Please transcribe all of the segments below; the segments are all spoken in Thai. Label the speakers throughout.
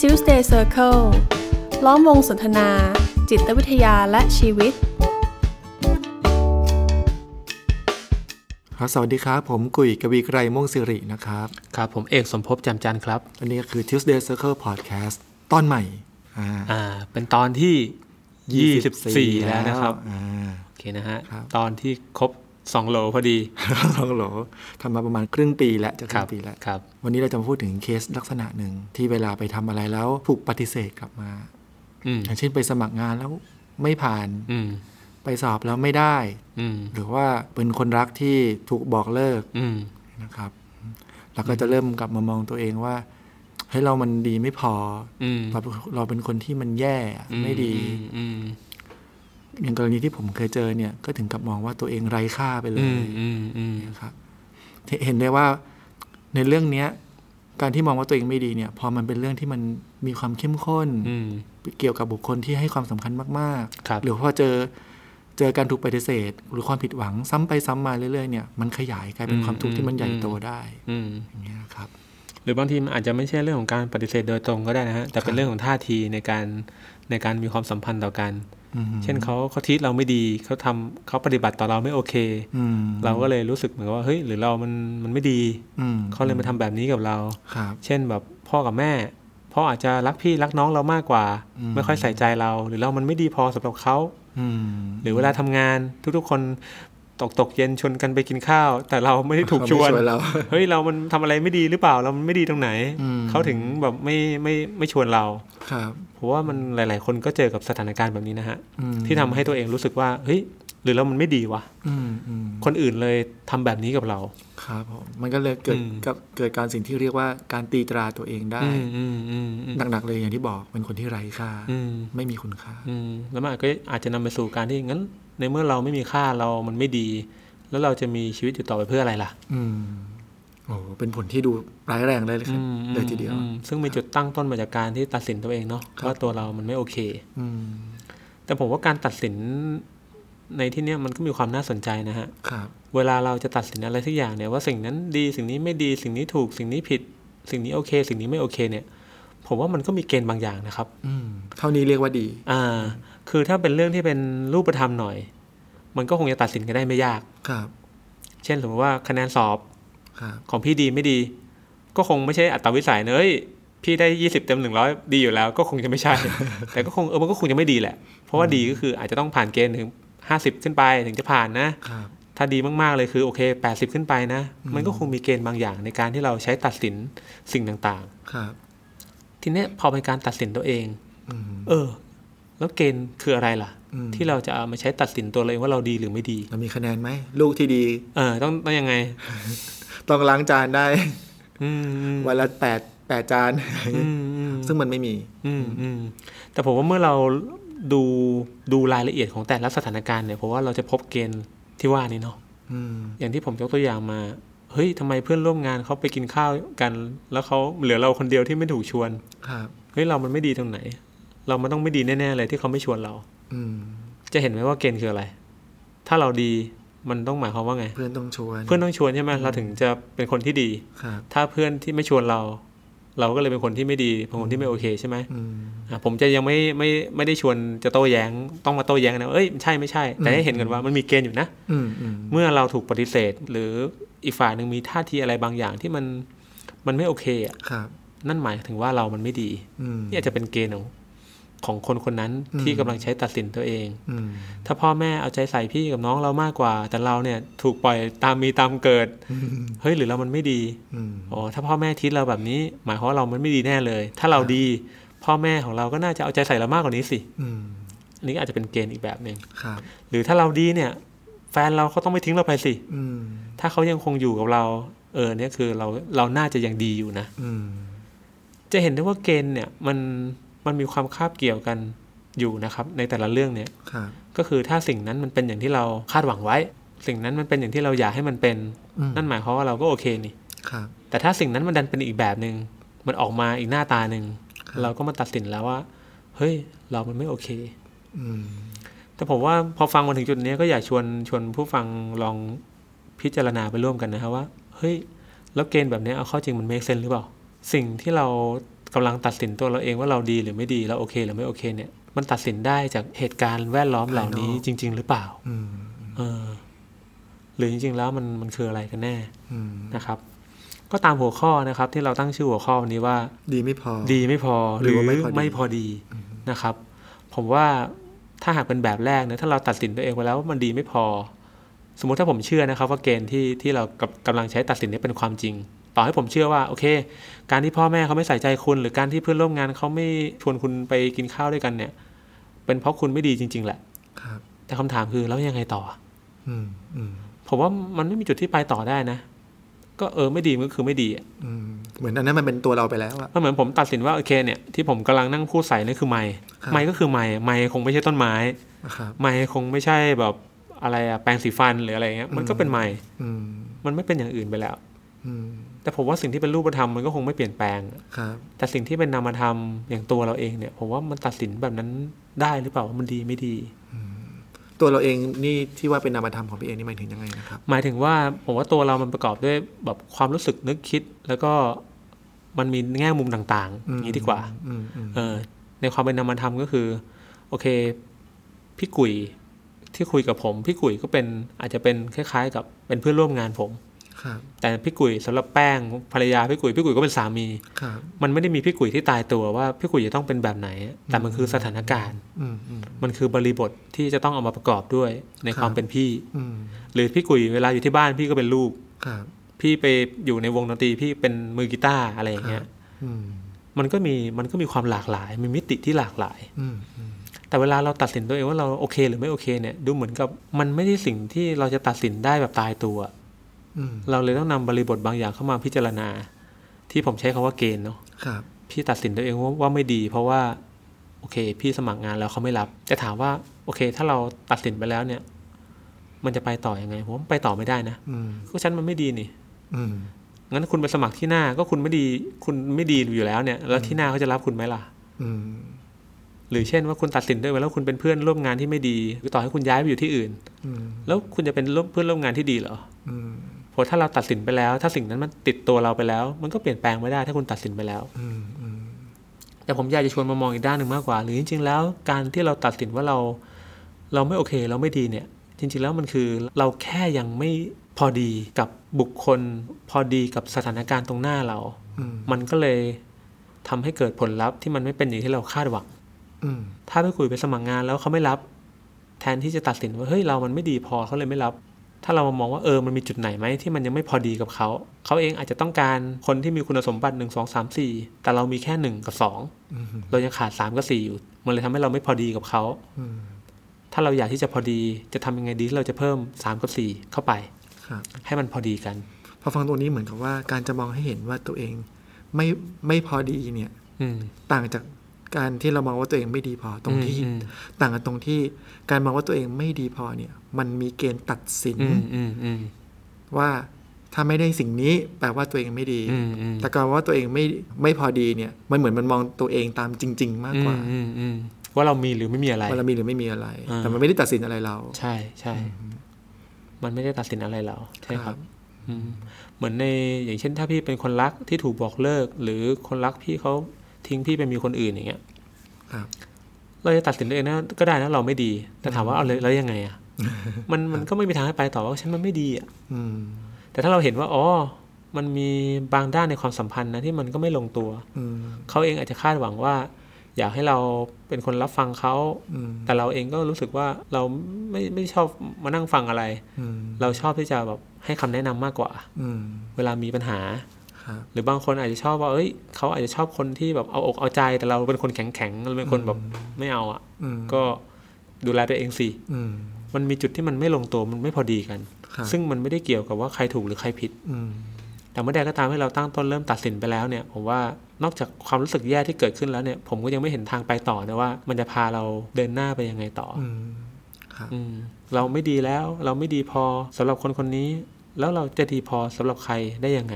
Speaker 1: Tuesday Circle ล้อมวงสนทนา จิตวิทยาและชีวิต
Speaker 2: ครับสวัสดีครับ ผมกุยกวีไกรม่วงสิรินะครับ
Speaker 3: ครับผมเอกสมภพแจำจันทร์ครับ
Speaker 2: อันนี้ก็คือ Tuesday Circle Podcast ตอนใหม่อ่า
Speaker 3: อ่า เป็นตอนที่ 24 แล้วนะครับ
Speaker 2: อ่า
Speaker 3: โอเคนะฮะ
Speaker 2: ครับ
Speaker 3: ตอนที่ครบ 2 โหลพอดี
Speaker 2: ล องโหลทำมาประมาณครึ่งปีแล้วจะค
Speaker 3: ครั
Speaker 2: รึ่
Speaker 3: บ
Speaker 2: งปีแล้ว
Speaker 3: ครับ
Speaker 2: วันนี้เราจะมาพูดถึงเคสลักษณะหนึ่งที่เวลาไปทำอะไรแล้วถูกปฏิเสธกลับมา
Speaker 3: อืม
Speaker 2: อย่างเช่นไปสมัครงานแล้วไม่ผ่าน
Speaker 3: อืม
Speaker 2: ไปสอบแล้วไม่ได้
Speaker 3: อืม
Speaker 2: หรือว่าเป็นคนรักที่ถูกบอกเลิก
Speaker 3: อืม
Speaker 2: นะครับเราก็จะเริ่มกลับมามองตัวเองว่าเฮ้ยเรามันดีไม่พอ
Speaker 3: อืม
Speaker 2: เราเราเป็นคนที่มันแย่ไม่ดี
Speaker 3: อืม
Speaker 2: อย่างกรณีที่ผมเคยเจอเนี่ยก็ถึงกับมองว่าตัวเองไร้ค่าไปเล
Speaker 3: อื
Speaker 2: ย
Speaker 3: ม อืม อืม
Speaker 2: นะครับเห็นเห็นได้ว่าในเรื่องเนี้ย การที่มองว่าตัวเองไม่ดีเนี่ย พอมันเป็นเรื่องที่มันมีความเข้มข้น
Speaker 3: อืม
Speaker 2: เกี่ยวกับบุคคลที่ให้ความสำคัญมาก
Speaker 3: ครับ
Speaker 2: หรือพอเจอเจอการถูกปฏิเสธ หรือความผิดหวังซ้ำไปซ้ำมาเรื่อยๆเนี่ยมันขยายกลายเป็นความทุกข์ที่มันใหญ่โตได้
Speaker 3: อืม
Speaker 2: อย่างเงี้ยครับ
Speaker 3: หรือบางทีมันอาจจะไม่ใช่เรื่องของการปฏิเสธโดยตรงก็ได้นะฮะ แต่เป็นเรื่องของท่าทีในการในการมีความสัมพันธ์ต่อกัน
Speaker 2: อืม
Speaker 3: เช่นเขาเขาทีตเราไม่ดีเขาทำเขาปฏิบัติต่อเราไม่โอเค
Speaker 2: อืม
Speaker 3: เราก็เลยรู้สึกเหมือนกับว่าเฮ้ยหรือเรามันมันไม่ดี
Speaker 2: อืม
Speaker 3: เขาเลยมาทำแบบนี้กับเรา
Speaker 2: ครับ
Speaker 3: เช่นแบบพ่อกับแม่ พ่ออาจจะรักพี่รักน้องเรามากกว่า
Speaker 2: อืม
Speaker 3: ไม่ค่อยใส่ใจเรา หรือเรามันไม่ดีพอสำหรับเขา
Speaker 2: อืม
Speaker 3: หรือเวลาทำงานทุกๆคนตกตกๆเย็นชวนกันไปกินข้าว แต่เราไม่ได้ถูกชวน
Speaker 2: เขาไม่เรา
Speaker 3: เฮ้ยเรามันทำอะไรไม่ดีหรือเปล่าเรามันไม่ดีตรงไหน
Speaker 2: อืม
Speaker 3: เขาถึงแบบไม่ไม่ไม่ชวนเรา
Speaker 2: ครับ
Speaker 3: เพราะว่ามันหลาย ๆ คนก็เจอกับสถานการณ์แบบนี้นะฮะ
Speaker 2: อืม
Speaker 3: ที่ทำให้ตัวเองรู้สึกว่าเฮ้ยหรือเรามันไม่ดีวะ
Speaker 2: อืมอืม
Speaker 3: คนอื่นเลยทำแบบนี้กับเรา
Speaker 2: ครับผมมันก็เลยเกิด
Speaker 3: อืม
Speaker 2: กับเกิดการสิ่งที่เรียกว่าการตีตราตัวเองได้
Speaker 3: อืมอืมอืมอืม
Speaker 2: หนักๆเลยอย่างที่บอกเป็นคนที่ไร้ค่า
Speaker 3: อืม
Speaker 2: ไม่มีคุณค่า
Speaker 3: อืมแล้วมันก็อาจจะนำไปสู่การที่งั้น ในเมื่อเราไม่มีค่าเรามันไม่ดี แล้วเราจะมีชีวิตอยู่ต่อไปเพื่ออะไรล่ะ
Speaker 2: อืมโอ้โหเป็นผลที่ดูร้ายแรงเลยเลยครับ
Speaker 3: อืม
Speaker 2: เลยทีเดียว
Speaker 3: อืมซึ่งมีจุดตั้งต้นมาจากการที่ตัดสินตัวเองเนาะ
Speaker 2: ครับ
Speaker 3: ว่าตัวเรามันไม่โอเค
Speaker 2: อืม
Speaker 3: แต่ผมว่าการตัดสินในที่เนี้ยมันก็มีความน่าสนใจนะฮะ
Speaker 2: ครับ
Speaker 3: เวลาเราจะตัดสินอะไรสักอย่างเนี่ยว่าสิ่งนั้นดีสิ่งนี้ไม่ดีสิ่งนี้ถูกสิ่งนี้ผิด สิ่งนี้โอเค สิ่งนี้ไม่โอเคเนี่ย ผมว่ามันก็มีเกณฑ์บางอย่างนะครับ
Speaker 2: อืมเท่านี้เรียกว่าดี
Speaker 3: อ่า คือถ้าเป็นเรื่องที่เป็นรูปธรรมหน่อย มันก็คงจะตัดสินกันได้ไม่ยาก
Speaker 2: ครับ
Speaker 3: เช่นสมมติว่าคะแนนสอบ
Speaker 2: ครับ
Speaker 3: ของพี่ดีไม่ดี ก็คงไม่ใช่อัตวิสัยเนอะเอ้ยพี่ได้ 20 เต็ม 100 ดีอยู่แล้ว ก็คงจะไม่ใช่ แต่ก็คงเออมันก็คงจะไม่ดีแหละ เพราะว่าดีก็คืออาจจะต้องผ่านเกณฑ์ถึง 50 ขึ้นไปถึงจะผ่านนะ
Speaker 2: ครับ
Speaker 3: ถ้าดีมากๆเลยคือโอเค 80 ขึ้นไปนะ มันก็คงมีเกณฑ์บางอย่างในการที่เราใช้ตัดสินสิ่งต่าง
Speaker 2: ครับ
Speaker 3: ๆ ทีเนี้ยพอเป็นการตัดสินตัวเอง
Speaker 2: อืม
Speaker 3: เออ แล้วเกณฑ์คืออะไรล่ะ
Speaker 2: อืม
Speaker 3: ที่เราจะเอามาใช้ตัดสินตัวเราเองว่าเราดีหรือไม่ดี
Speaker 2: เรามีคะแนนไหมลูกที่ดี
Speaker 3: เออต้องต้องยังไง
Speaker 2: ต้องล้างจานได้
Speaker 3: อืม
Speaker 2: วันละแปดแปดจาน
Speaker 3: อืมอืม
Speaker 2: ซึ่งมันไม่มี
Speaker 3: อืมอืมแต่ผมว่าเมื่อเราดูดูรายละเอียดของแต่ละสถานการณ์เนี่ยผมว่าเราจะพบเกณฑ์ที่ว่านี้เนาะ
Speaker 2: อืม
Speaker 3: อย่างที่ผมยกตัวอย่างมาเฮ้ยทำไมเพื่อนร่วมงานเขาไปกินข้าวกัน แล้วเขาเหลือเราคนเดียวที่ไม่ถูกชวน
Speaker 2: ครับ
Speaker 3: เฮ้ยเรามันไม่ดีตรงไหน เรามันต้องไม่ดีแน่ๆเลยที่เขาไม่ชวนเรา
Speaker 2: อืม
Speaker 3: จะเห็นไหมว่าเกณฑ์คืออะไร ถ้าเราดีมันต้องหมายความว่าไง
Speaker 2: เพื่อนต้องชวน
Speaker 3: เพื่อนต้องชวนใช่ไหมเราถึงจะเป็นคนที่ดี
Speaker 2: ครับ
Speaker 3: ถ้าเพื่อนที่ไม่ชวนเรา เราก็เลยเป็นคนที่ไม่ดีเป็นคนที่ไม่โอเคใช่ไหม
Speaker 2: อืม
Speaker 3: อ่ะผมจะยังไม่ไม่ไม่ได้ชวนจะโต้แย้งต้องมาโต้แย้งนะเอ้ยใช่ไม่ใช่ แต่ให้เห็นกันว่ามันมีเกณฑ์อยู่นะ
Speaker 2: อืมอืม
Speaker 3: เมื่อเราถูกปฏิเสธ หรืออีกฝ่ายหนึ่งมีท่าทีอะไรบางอย่างที่มันมันไม่โอเคอ่ะ
Speaker 2: ครับ
Speaker 3: นั่นหมายถึงว่าเรามันไม่ดี
Speaker 2: อืม
Speaker 3: นี่อาจจะเป็นเกณฑ์ของของคนคนนั้นที่กำลังใช้ตัดสินตัวเอง
Speaker 2: อืม
Speaker 3: ถ้าพ่อแม่เอาใจใส่พี่กับน้องเรามากกว่า แต่เราเนี่ยถูกปล่อยตามมีตามเกิดเฮ้ยหรือเรามันไม่ดี
Speaker 2: อืม
Speaker 3: อ๋อถ้าพ่อแม่ทิศเราแบบนี้ หมายความว่าเรามันไม่ดีแน่เลย ถ้าเราดี พ่อแม่ของเราก็น่าจะเอาใจใส่เรามากกว่านี้สิ
Speaker 2: อืม
Speaker 3: อันนี้ก็อาจจะเป็นเกณฑ์อีกแบบหนึ่ง
Speaker 2: ครับ
Speaker 3: หรือถ้าเราดีเนี่ย แฟนเราเขาต้องไม่ทิ้งเราไปสิ
Speaker 2: อืม
Speaker 3: ถ้าเขายังคงอยู่กับเรา เออเนี่ยคือเราเราน่าจะยังดีอยู่นะ
Speaker 2: อืม
Speaker 3: จะเห็นได้ว่าเกณฑ์เนี่ยมันมันมีความคาบเกี่ยวกันอยู่นะครับ ในแต่ละเรื่องเนี่ย
Speaker 2: ครับ
Speaker 3: ก็คือถ้าสิ่งนั้นมันเป็นอย่างที่เราคาดหวังไว้ สิ่งนั้นมันเป็นอย่างที่เราอยากให้มันเป็น
Speaker 2: อืม
Speaker 3: นั่นหมายความว่าเราก็โอเคนี่
Speaker 2: ครับ
Speaker 3: แต่ถ้าสิ่งนั้นมันดันเป็นอีกแบบหนึ่งมันออกมาอีกหน้าตาหนึ่ง
Speaker 2: ครับ
Speaker 3: เราก็มาตัดสินแล้วว่า เฮ้ย เรามันไม่โอเค
Speaker 2: อืม
Speaker 3: แต่ผมว่าพอฟังมาถึงจุดนี้ก็อยากชวนชวนผู้ฟังลองพิจารณาไปร่วมกันนะครับว่า เฮ้ย แล้วเกณฑ์แบบนี้เอาเข้าจริงมันเมคเซนหรือเปล่า สิ่งที่เรา กำลังตัดสินตัวเราเองว่าเราดีหรือไม่ดีเราโอเคหรือไม่โอเคเนี่ยมันตัดสินได้จากเหตุการณ์แวดล้อมเหล่านี้
Speaker 2: ภายนอก
Speaker 3: จริง ๆ หรือเปล่า
Speaker 2: อืม
Speaker 3: เออ หรือจริง ๆ แล้วมันมันคืออะไรกันแน่
Speaker 2: อืม
Speaker 3: นะครับ ก็ตามหัวข้อนะครับ ที่เราตั้งชื่อหัวข้อวันนี้ว่า
Speaker 2: ดีไม่พอ
Speaker 3: ดีไม่พอ
Speaker 2: หรือว่าไม่พอดี
Speaker 3: ไม่พอดีนะครับ ผมว่าถ้าหากเป็นแบบแรกนะถ้าเราตัดสินตัวเองไปแล้วว่ามันดีไม่พอ สมมุติถ้าผมเชื่อนะครับ ว่าเกณฑ์ที่ที่เรากำกำลังใช้ตัดสินนี้เป็นความจริง ต่อให้ผมเชื่อว่าโอเค การที่พ่อแม่เขาไม่ใส่ใจคุณ หรือการที่เพื่อนร่วมงานเขาไม่ชวนคุณไปกินข้าวด้วยกันเนี่ย เป็นเพราะคุณไม่ดีจริง ๆ แหละ
Speaker 2: ครับ
Speaker 3: แต่คำถามคือแล้วยังไงต่อ
Speaker 2: อืมอืม
Speaker 3: ผมว่ามันไม่มีจุดที่ไปต่อได้นะ ก็เออไม่ดีมันก็คือไม่ดีอะ
Speaker 2: อืมเหมือนอันนั้นมันเป็นตัวเราไปแล้วอะ
Speaker 3: มันเหมือนผมตัดสินว่าโอเคเนี่ยที่ผมกำลังนั่งพูดใส่นี่คือไม้
Speaker 2: ครับ
Speaker 3: ไม้ก็คือไม้ไม้คงไม่ใช่ต้นไม้
Speaker 2: ครับ
Speaker 3: ไม้คงไม่ใช่แบบอะไรอะแปรงสีฟันหรืออะไรเงี้ยมันก็เป็นไม้
Speaker 2: อืม
Speaker 3: มันไม่เป็นอย่างอื่นไปแล้ว
Speaker 2: อืม
Speaker 3: แต่ผมว่าสิ่งที่เป็นรูปธรรมมันก็คงไม่เปลี่ยนแปลง
Speaker 2: ครับ
Speaker 3: แต่สิ่งที่เป็นนามธรรมอย่างตัวเราเองเนี่ย ผมว่ามันตัดสินแบบนั้นได้หรือเปล่าว่ามันดีไม่ดี
Speaker 2: ตัวเราเองนี่ที่ว่าเป็นนามธรรมของพี่เองนี่หมายถึงยังไงนะครับ
Speaker 3: หมายถึงว่าผมว่าตัวเรามันประกอบด้วยแบบความรู้สึกนึกคิด แล้วก็มันมีแง่มุมต่างๆอย่างนี้ดีกว่า
Speaker 2: อืมอืม
Speaker 3: เออในความเป็นนามธรรมก็คือ โอเค พี่กุยที่คุยกับผม พี่กุยก็เป็นอาจจะเป็นคล้ายๆ กับเป็นเพื่อนร่วมงานผม
Speaker 2: ครับ
Speaker 3: แต่พี่กุยสำหรับแป้งภรรยาพี่กุยพี่กุยก็เป็นสามี
Speaker 2: ครับ
Speaker 3: มันไม่ได้มีพี่กุยที่ตายตัวว่าพี่กุยจะต้องเป็นแบบไหน แต่มันคือสถานการณ์
Speaker 2: อืมอืม
Speaker 3: มันคือบริบทที่จะต้องเอามาประกอบด้วยในความ
Speaker 2: ครับ
Speaker 3: เป็นพี่
Speaker 2: อืม
Speaker 3: หรือพี่กุยเวลาอยู่ที่บ้านพี่ก็เป็นลูก
Speaker 2: ครับ
Speaker 3: พี่ไปอยู่ในวงดนตรีพี่เป็นมือกีตาร์อะไรอย่างเงี้ย
Speaker 2: อืม
Speaker 3: มันก็มีมันก็มีความหลากหลาย มีมิติที่หลากหลาย
Speaker 2: อืมอืม
Speaker 3: แต่เวลาเราตัดสินตัวเองว่าเราโอเคหรือไม่โอเคเนี่ยดูเหมือนกับมันไม่ได้สิ่งที่เราจะตัดสินได้แบบตายตัว
Speaker 2: อืม
Speaker 3: เราเลยต้องนำบริบทบางอย่างเข้ามาพิจารณา ที่ผมใช้คำว่าเกณฑ์เนาะ
Speaker 2: ครับ
Speaker 3: พี่ตัดสินตัวเองว่าว่าไม่ดี เพราะว่าโอเค พี่สมัครงานแล้วเขาไม่รับ จะถามว่าโอเค ถ้าเราตัดสินไปแล้วเนี่ย มันจะไปต่ออยังไงผมว่ามันไปต่อไม่ได้นะ
Speaker 2: อืม
Speaker 3: ก็ฉันมันไม่ดีนี่
Speaker 2: อืม
Speaker 3: งั้นคุณไปสมัครที่หน้าก็คุณไม่ดีคุณไม่ดีอยู่แล้วเนี่ย แล้วที่หน้าเขาจะรับคุณไหมล่ะ
Speaker 2: อืม
Speaker 3: หรือเช่นว่าคุณตัดสินด้วยว่าแล้วคุณเป็นเพื่อนร่วมงานที่ไม่ดีหรือต่อให้คุณย้ายไปอยู่ที่อื่น
Speaker 2: อืม
Speaker 3: แล้วคุณจะเป็นร่วมเพื่อนร่วมงานที่ดีเหรอ
Speaker 2: อืม
Speaker 3: เพราะถ้าเราตัดสินไปแล้ว ถ้าสิ่งนั้นมันติดตัวเราไปแล้ว มันก็เปลี่ยนแปลงไม่ได้ถ้าคุณตัดสินไปแล้ว
Speaker 2: อืมอืม
Speaker 3: แต่ผมอยากจะชวนมามองอีกด้านหนึ่งมากกว่า หรือจริง ๆ แล้วการที่เราตัดสินว่าเรา เราไม่โอเคเราไม่ดีเนี่ย จริง ๆ แล้วมันคือเราแค่ยังไม่พอดีกับบุคคล พอดีกับสถานการณ์ตรงหน้าเรา
Speaker 2: อืม
Speaker 3: มันก็เลยทำให้เกิดผลลัพธ์ที่มันไม่เป็นอย่างที่เราคาดหวัง
Speaker 2: อืม
Speaker 3: ถ้าไปคุยไปสมัครงานแล้วเขาไม่รับ แทนที่จะตัดสินว่าเฮ้ยเรามันไม่ดีพอเขาเลยไม่รับ ถ้าเรามามองว่าเออมันมีจุดไหนไหมที่มันยังไม่พอดีกับเขา เขาเองอาจจะต้องการคนที่มีคุณสมบัติ 1 2 3 4 แต่เรามีแค่ 1 กับ
Speaker 2: อืม
Speaker 3: 2 เรายังขาด 3 กับ 4 อยู่ มันเลยทำให้เราไม่พอดีกับเขา
Speaker 2: อืม
Speaker 3: ถ้าเราอยากที่จะพอดีจะทำยังไงดีที่เราจะเพิ่ม 3 กับ 4 เข้าไป
Speaker 2: ครับ
Speaker 3: ให้มันพอดีกัน
Speaker 2: พอฟังตรงนี้เหมือนกับว่าการจะมองให้เห็นว่าตัวเองไม่ไม่พอดีเนี่ย
Speaker 3: อืม
Speaker 2: ต่างจากการที่เรามองว่าตัวเองไม่ดีพอตรงที่
Speaker 3: อืม
Speaker 2: ต่างกันตรงที่การมองว่าตัวเองไม่ดีพอเนี่ย มันมีเกณฑ์ตัดสิน
Speaker 3: อืมอืมอืม
Speaker 2: ว่าถ้าไม่ได้สิ่งนี้แปลว่าตัวเองไม่ดี
Speaker 3: อืมอืม
Speaker 2: แต่การว่าตัวเองไม่ไม่พอดีเนี่ย มันเหมือนมันมองตัวเองตามจริง ๆ มากกว่า
Speaker 3: อืมอืมอืมว่าเรามีหรือไม่มีอะไร
Speaker 2: ว่าเรามีหรือไม่มีอะไร
Speaker 3: อ่า
Speaker 2: แต่มันไม่ได้ตัดสินอะไรเรา
Speaker 3: ใช่ใช่ มันไม่ได้ตัดสินอะไรเราใช่ค
Speaker 2: ครั
Speaker 3: รับบ อืมเหมือนในอย่างเช่น ถ้าพี่เป็นคนรักที่ถูกบอกเลิก หรือคนรักพี่เขาทิ้งพี่ไปมีคนอื่นอย่างเงี้ย
Speaker 2: ครับ
Speaker 3: เราจะตัดสินตัวเองนะก็ได้นะเราไม่ดี แต่ถามว่าเอาเลยแล้วยังไง อ่ะ มันมันก็ไม่มีทางให้ไปต่อว่าฉันมันไม่ดีอ่ะ
Speaker 2: อืม
Speaker 3: แต่ถ้าเราเห็นว่าอ๋อมันมีบางด้านในความสัมพันธ์นะที่มันก็ไม่ลงตัว
Speaker 2: อืม
Speaker 3: เขาเองอาจจะคาดหวังว่า อยากให้เราเป็นคนรับฟังเขา
Speaker 2: อืม
Speaker 3: แต่เราเองก็รู้สึกว่าเราไม่ไม่ชอบมานั่งฟังอะไร
Speaker 2: อืม
Speaker 3: เราชอบที่จะแบบให้คำแนะนำมากกว่า
Speaker 2: อืม
Speaker 3: เวลามีปัญหา
Speaker 2: ครับ
Speaker 3: หรือบางคนอาจจะชอบว่าเอ้ยเขาอาจจะชอบคนที่แบบเอาอกเอาใจแต่เราเป็นคนแข็งแข็งๆเราเป็นคนแบบไม่เอาอ่ะ
Speaker 2: อืม
Speaker 3: ก็ดูแลตัวเองสิ
Speaker 2: อืม
Speaker 3: มันมีจุดที่มันไม่ลงตัวมันไม่พอดีกัน
Speaker 2: ครับ
Speaker 3: ซึ่งมันไม่ได้เกี่ยวกับว่าใครถูกหรือใครผิด
Speaker 2: อืม
Speaker 3: แต่เมื่อใดก็ตามที่เราตั้งต้นเริ่มตัดสินไปแล้วเนี่ย ผมว่านอกจากความรู้สึกแย่ที่เกิดขึ้นแล้วเนี่ย ผมก็ยังไม่เห็นทางไปต่อนะว่า มันจะพาเราเดินหน้าไปยังไงต่ออ
Speaker 2: อืมครับ
Speaker 3: อืมเราไม่ดีแล้ว เราไม่ดีพอสำหรับคนคนนี้ แล้วเราจะดีพอสำหรับใครได้ยังไง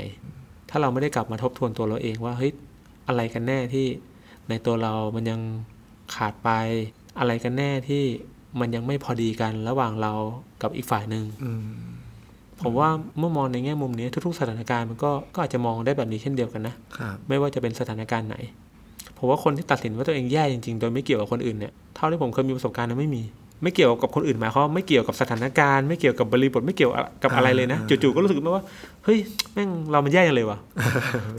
Speaker 3: ถ้าเราไม่ได้กลับมาทบทวนตัวเราเองว่าเฮ้ยอะไรกันแน่ที่ในตัวเรามันยังขาดไป อะไรกันแน่ที่มันยังไม่พอดีกันระหว่างเรากับอีกฝ่ายหนึ่ง
Speaker 2: อืม
Speaker 3: ผ ผมว่าเมื่อมองในแง่มุมนี้ทุกๆ สถานการณ์มันก็ก็อาจจะมองได้แบบนี้เช่นเดียวกันนะ
Speaker 2: ครับ
Speaker 3: ไม่ว่าจะเป็นสถานการณ์ไหน ผมว่าคนที่ตัดสินว่าตัวเองแย่จริงๆ โดยไม่เกี่ยวกับคนอื่นเนี่ย เท่าที่ผมเคยมีประสบการณ์นะไม่มี ไม่เกี่ยวกับคนอื่นหมายความว่าไม่เกี่ยวกับสถานการณ์ ไม่เกี่ยวกับบริบทไม่เกี่ยวกับอะไรเลยนะ จู่ๆ ก็รู้สึกไหมว่าเฮ้ยแม่งเรามันแย่จัง เลยวะ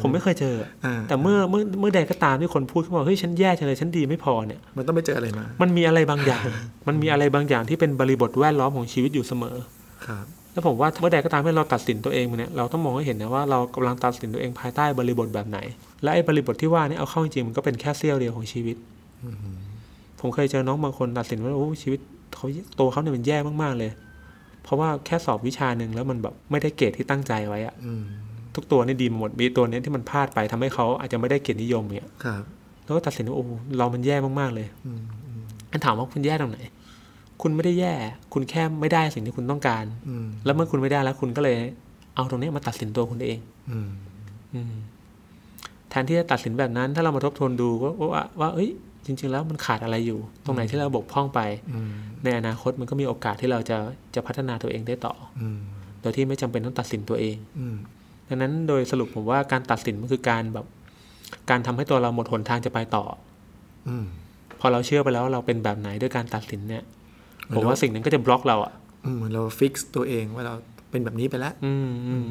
Speaker 3: ผมไม่เคยเจอ
Speaker 2: อ่า
Speaker 3: แต่เมื่อเมื่อเมื่อใดก็ตามที่คนพูดขึ้นมาว่าเฮ้ยฉันแย่จังเลยฉันดีไม่พอเนี่ย
Speaker 2: มันต้องไปเจออะไรมา
Speaker 3: มันมีอะไรบางอย่าง มันมีอะไรบางอย่างที่เป็นบริบทแวดล้อมของชีวิตอยู่เสมอ
Speaker 2: ครับ
Speaker 3: แล้วผมว่าเมื่อใดก็ตามที่เราตัดสินตัวเองเนี่ยเราต้องมองให้เห็นนะว่าเรากำลังตัดสินตัวเองภายใต้บริบทแบบไหน และไอ้บริบทที่ว่าเนี่ยเอาเข้าจริงๆมันก็เป็นแค่เสี้ยวเดียวของชีวิตผมเคยเจอน้องบางคนตัดสินว่าโอ้ชีวิตเขาตัวเขาเนี่ยมันแย่มากๆเลย เพราะว่าแค่สอบวิชาหนึ่งแล้วมันแบบไม่ได้เกรดที่ตั้งใจไว้อะ
Speaker 2: อืม
Speaker 3: ทุกตัวเนี่ยดีหมดมีตัวเนี้ยที่มันพลาดไปทำให้เขาอาจจะไม่ได้เกียรตินิยมเนี่ย
Speaker 2: ครับ
Speaker 3: แล้วก็ตัดสินว่าโอ้เรามันแย่มากๆเลย
Speaker 2: อืม
Speaker 3: อันถามว่าคุณแย่ตรงไหน คุณไม่ได้แย่ คุณแค่ไม่ได้สิ่งที่คุณต้องการ
Speaker 2: อืม
Speaker 3: แล้วเมื่อคุณไม่ได้แล้วคุณก็เลยเอาตรงเนี้ยมาตัดสินตัวคุณเอง
Speaker 2: อืม
Speaker 3: อืมแทนที่จะตัดสินแบบนั้น ถ้าเรามาทบทวนดูว่าว่าว่าเอ้ย จริง ๆ แล้วมันขาดอะไรอยู่ ตรงไหนที่เราบกพร่องไป
Speaker 2: อืม
Speaker 3: ในอนาคตมันก็มีโอกาสที่เราจะจะพัฒนาตัวเองได้ต่อ
Speaker 2: อืม
Speaker 3: โดยที่ไม่จำเป็นต้องตัดสินตัวเอง
Speaker 2: อืม
Speaker 3: ดังนั้นโดยสรุปผมว่าการตัดสินมันคือการแบบ การทำให้ตัวเราหมดหนทางจะไปต่อ
Speaker 2: อืม
Speaker 3: พอเราเชื่อไปแล้วว่าเราเป็นแบบไหนด้วยการตัดสินเนี่ย
Speaker 2: เหมือน
Speaker 3: ผม
Speaker 2: เรา
Speaker 3: ว่าสิ่งนั้นก็จะบล็อกเราอ่ะ
Speaker 2: อืมเหมือนเราฟิกซ์ตัวเองว่าเราเป็นแบบนี้ไปแล้ว
Speaker 3: อืมอืม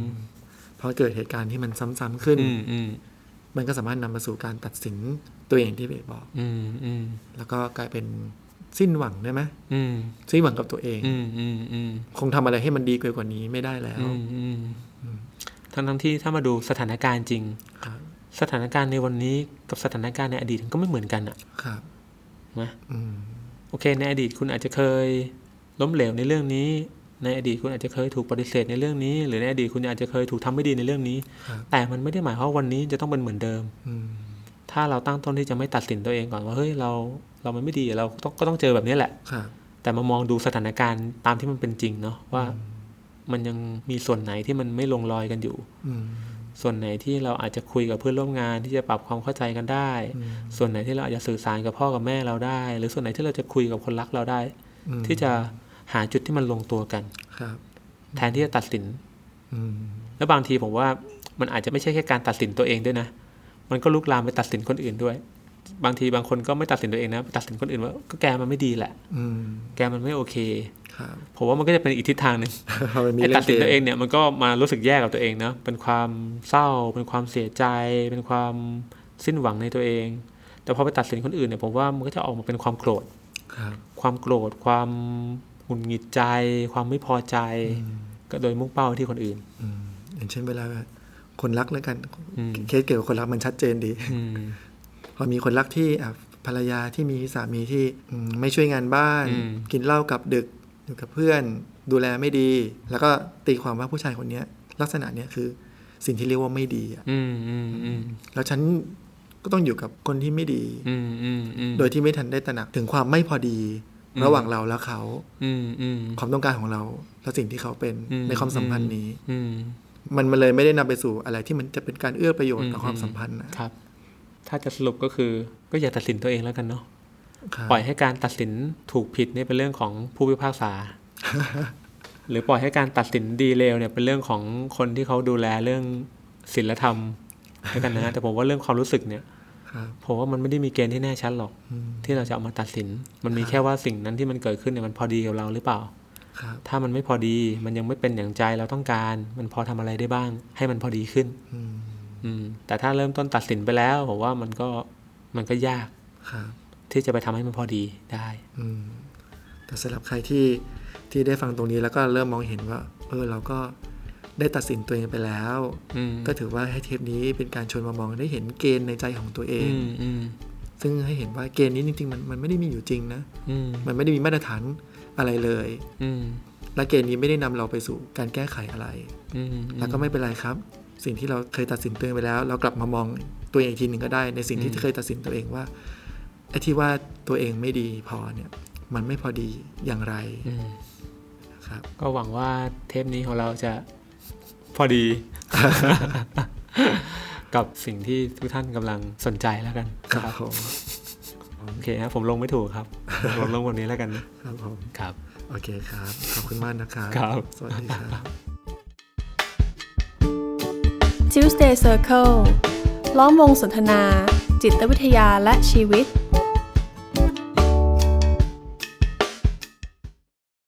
Speaker 2: พอเกิดเหตุการณ์ที่มันซ้ำๆขึ้น
Speaker 3: อืมอืม
Speaker 2: มันก็สามารถนำมาสู่การตัดสินตัวเองที่เบสบอก
Speaker 3: อืมอืม
Speaker 2: แล้วก็กลายเป็นสิ้นหวังได้ไหม
Speaker 3: อืม
Speaker 2: สิ้นหวังกับตัวเอง
Speaker 3: อืมอืมอืม
Speaker 2: คงทำอะไรให้มันดีเกินกว่านี้ไม่ได้แล้ว
Speaker 3: อืมอืมทั้งทั้งๆที่ถ้ามาดูสถานการณ์จริง
Speaker 2: ครับ
Speaker 3: สถานการณ์ในวันนี้กับสถานการณ์ในอดีตมันก็ไม่เหมือนกันอะ
Speaker 2: ครับ
Speaker 3: นะ
Speaker 2: อืม
Speaker 3: โอเค ในอดีตคุณอาจจะเคยล้มเหลวในเรื่องนี้ ในอดีตคุณอาจจะเคยถูกปฏิเสธในเรื่องนี้ หรือในอดีตคุณอาจจะเคยถูกทำไม่ดีในเรื่องนี้ แต่มันไม่ได้หมายความว่าวันนี้จะต้องเป็นเหมือนเดิม
Speaker 2: อืม
Speaker 3: ถ้าเราตั้งต้นที่จะไม่ตัดสินตัวเองก่อนว่าเฮ้ยเราเรามันไม่ดีเราต้องก็ต้องเจอแบบนี้แหละ
Speaker 2: ครับ
Speaker 3: แต่มามองดูสถานการณ์ตามที่มันเป็นจริงเนาะว่ามันยังมีส่วนไหนที่มันไม่ลงรอยกันอยู่
Speaker 2: อืม
Speaker 3: ส่วนไหนที่เราอาจจะคุยกับเพื่อนร่วมงานที่จะปรับความเข้าใจกันได้ ส่วนไหนที่เราอาจจะสื่อสารกับพ่อกับแม่เราได้ หรือส่วนไหนที่เราจะคุยกับคนรักเราได้
Speaker 2: อืม
Speaker 3: ที่จะหาจุดที่มันลงตัวกัน
Speaker 2: ครับ
Speaker 3: แทนที่จะตัดสิน
Speaker 2: อืม
Speaker 3: แล้วบางทีผมว่ามันอาจจะไม่ใช่แค่การตัดสินตัวเองด้วยนะ มันก็ลุกลามไปตัดสินคนอื่นด้วย บางทีบางคนก็ไม่ตัดสินตัวเองนะไปตัดสินคนอื่นว่าก็แกมันไม่ดีแหละ
Speaker 2: อืม
Speaker 3: แกมันไม่โอเค
Speaker 2: ครับ
Speaker 3: ผมว่ามันก็จะเป็นอีกทิศทางหนึ่ง
Speaker 2: พอมันมี
Speaker 3: ไอ้
Speaker 2: เรื่อ
Speaker 3: ตัด
Speaker 2: ง
Speaker 3: สินตัวเอ
Speaker 2: เก
Speaker 3: งเนี่ยมันก็มารู้สึกแย่กับตัวเองเนอะเป็นความเศร้า เป็นความเสียใจ เป็นความสิ้นหวังในตัวเอง แต่พอไปตัดสินคนอื่นเนี่ยผมว่ามันก็จะออกมาเป็นความโกรธ
Speaker 2: ครับ
Speaker 3: ความโกรธ ความหงุดหงิดใจ ความไม่พอใจ ก็โดยมุ่งเป้าที่คนอื่น
Speaker 2: อืมอย่างเช่นเวลาคนรักแล้วกัน
Speaker 3: อืม
Speaker 2: เคสเกี่ยวกับคนรักมันชัดเจนดี
Speaker 3: อืม
Speaker 2: พอมีคนรักที่อ่ะภรรยาที่มีสามีที่อืมไม่ช่วยงานบ้าน
Speaker 3: อืม
Speaker 2: กินเหล้ากลับดึกอยู่กับเพื่อน ดูแลไม่ดี แล้วก็ตีความว่าผู้ชายคนเนี้ย ลักษณะเนี้ยคือสิ่งที่เรียกว่าไม่ดีอะ
Speaker 3: อืมอืมอืม
Speaker 2: แล้วฉันก็ต้องอยู่กับคนที่ไม่ดี
Speaker 3: อืมอืมอืม
Speaker 2: โดยที่ไม่ทันได้ตระหนักถึงความไม่พอดี ระหว่างเราและเขา
Speaker 3: อืมอืม
Speaker 2: ความต้องการของเรา และสิ่งที่เขาเป็น
Speaker 3: อืม
Speaker 2: ในความสัมพันธ์นี้
Speaker 3: อืม
Speaker 2: มันมันเลยไม่ได้นำไปสู่อะไรที่มันจะเป็นการเอื้อประโยชน์กับ
Speaker 3: อืม
Speaker 2: ความสัมพันธ์นะครับ
Speaker 3: ถ้าจะสรุปก็คือ ก็อย่าตัดสินตัวเองแล้วกันเนาะ
Speaker 2: ครับ
Speaker 3: ปล่อยให้การตัดสินถูกผิดเนี่ยเป็นเรื่องของผู้พิพากษา หรือปล่อยให้การตัดสินดีเลวเนี่ยเป็นเรื่องของคนที่เขาดูแลเรื่องศีลธรรมแล้วกันนะ แต่ผมว่าเรื่องความรู้สึกเนี่ย
Speaker 2: ครับ
Speaker 3: ผมว่ามันไม่ได้มีเกณฑ์ที่แน่ชัดหรอก
Speaker 2: อืม
Speaker 3: ที่เราจะเอามาตัดสิน มันมีแค่ว่าสิ่งนั้นที่มันเกิดขึ้นเนี่ยมันพอดีกับเราหรือเปล่า
Speaker 2: ครับ
Speaker 3: ถ้ามันไม่พอดี มันยังไม่เป็นอย่างใจเราต้องการ มันพอทำอะไรได้บ้าง ให้มันพอดีขึ้น
Speaker 2: อืม
Speaker 3: อืม แต่ถ้าเริ่มต้นตัดสินไปแล้วผมว่ามันก็มันก็ยาก
Speaker 2: ครับ
Speaker 3: ที่จะไปทำให้มันพอดีได้
Speaker 2: อืมแต่สำหรับใครที่ที่ได้ฟังตรงนี้แล้วก็เริ่มมองเห็นว่า เออเราก็ได้ตัดสินตัวเองไปแล้ว
Speaker 3: อืม
Speaker 2: ก็ถือว่าให้เทปนี้เป็นการชวนมามองได้เห็นเกณฑ์ในใจของตัวเอ
Speaker 3: อื
Speaker 2: ง
Speaker 3: มอืม
Speaker 2: ซึ่งให้เห็นว่าเกณฑ์นี้จริงๆมันมันไม่ได้มีอยู่จริงนะ
Speaker 3: อืม
Speaker 2: มันไม่ได้มีมาตรฐานอะไรเลย
Speaker 3: อืม
Speaker 2: และเกณฑ์นี้ไม่ได้นำเราไปสู่การแก้ไขอะไร
Speaker 3: อืม
Speaker 2: แล้วก็ไม่เป็นไรครับ สิ่งที่เราเคยตัดสินตัวเองไปแล้ว เรากลับมามองตัวเองอีกทีหนึ่งก็ได้ ในสิ่งที่เคยตัดสินตัวเองว่าไอ้ที่ว่าตัวเองไม่ดีพอเนี่ย มันไม่พอดีอย่างไร
Speaker 3: อืม
Speaker 2: ครับ
Speaker 3: ก็หวังว่าเทปนี้ของเราจะพอดี กับสิ่งที่ทุกท่านกำลังสนใจแล้วกัน
Speaker 2: ครับผม
Speaker 3: โอเคครับผมลงไม่ถูกครับผมลงลงวันนี้แล้วกันนะครับ
Speaker 2: ผม
Speaker 3: ครับ
Speaker 2: โอเคครับ ขอบคุณมากนะครับ
Speaker 3: ครับ
Speaker 2: สวัสดีครับ
Speaker 1: Tuesday Circle ล้อมวงสนทนา จิตวิทยาและชีวิต